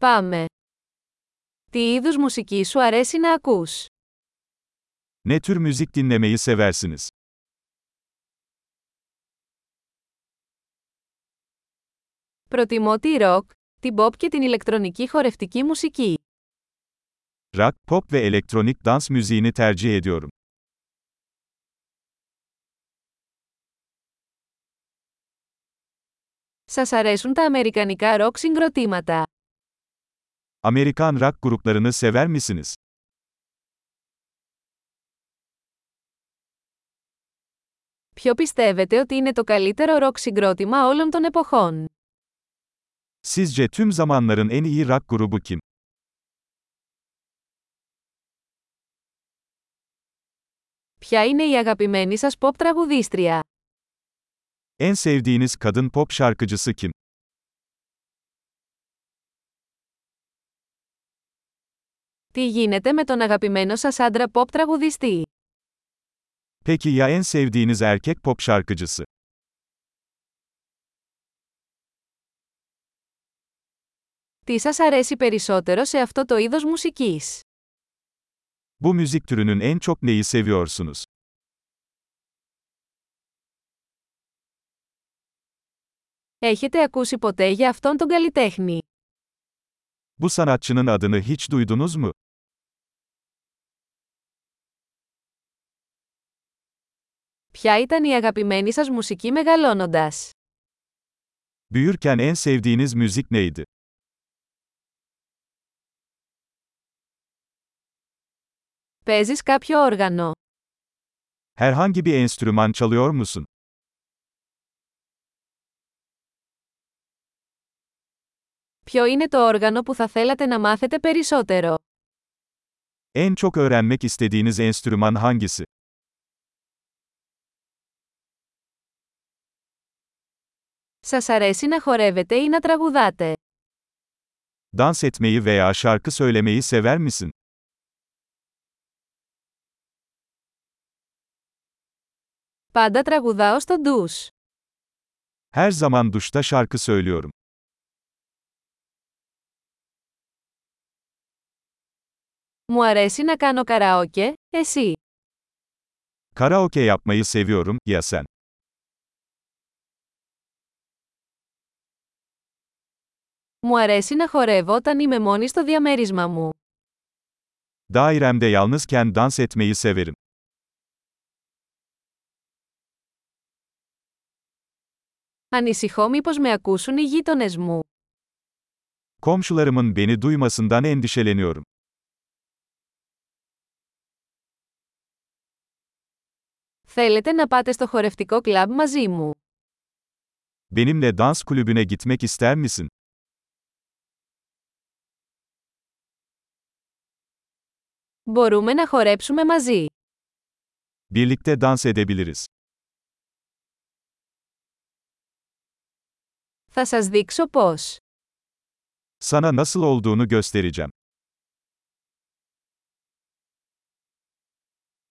Πάμε. Τι είδους μουσική σου αρέσει να ακούς? Ne tür müzik dinlemeyi seversiniz? Προτιμώ τη ροκ, την pop και την ηλεκτρονική χορευτική μουσική. Rock, pop ve elektronik dans müziğini tercih ediyorum. Σας αρέσουν τα αμερικανικά ροκ συγκροτήματα. Amerikan rock gruplarını sever misiniz? Ποιο πιστεύετε ότι είναι το καλύτερο ροκ συγκρότημα όλων των εποχών? Sizce tüm zamanların en iyi rock grubu kim? Ποια είναι η αγαπημένη σας pop τραγουδίστρια? En sevdiğiniz kadın pop şarkıcısı kim? Τι γίνεται με τον αγαπημένο σας άντρα pop τραγουδιστή? Peki ya en sevdiğiniz erkek pop şarkıcısı? Τι σας αρέσει περισσότερο σε αυτό το είδος μουσικής? Bu müzik türünün en çok neyi seviyorsunuz? Έχετε ακούσει ποτέ για αυτόν τον καλλιτέχνη. Bu sanatçının adını hiç duydunuz mu? Ποια ήταν η αγαπημένη σας μουσική μεγαλώνοντας? Büyürken en sevdiğiniz müzik neydi? Παίζεις κάποιο όργανο. Herhangi bir enstrüman çalıyor musun? Ποιο είναι το όργανο που θα θέλατε να μάθετε περισσότερο? En çok öğrenmek istediğiniz enstrüman hangisi? Σας αρέσει να χορεύετε ή να τραγουδάτε. Dans etmeyi veya şarkı söylemeyi sever misin? Πάντα τραγουδάω στο ντους. Her zaman duşta şarkı söylüyorum. Μου αρέσει να κάνω καραόκε, εσύ. Karaoke yapmayı seviyorum, ya sen? Μου αρέσει να χορεύω όταν είμαι μόνη στο διαμέρισμα μου. Dairemde yalnızken dans etmeyi severim. Ανησυχώ μήπως με ακούσουν οι γείτονες μου. Komşularımın beni duymasından endişeleniyorum. Θέλετε να πάτε στο χορευτικό κλαμπ μαζί μου. Benimle dans kulübüne gitmek ister misin? Μπορούμε να χορέψουμε μαζί. Birlikte dans edebiliriz. Θα σας δείξω πώς. Sana nasıl olduğunu göstereceğim.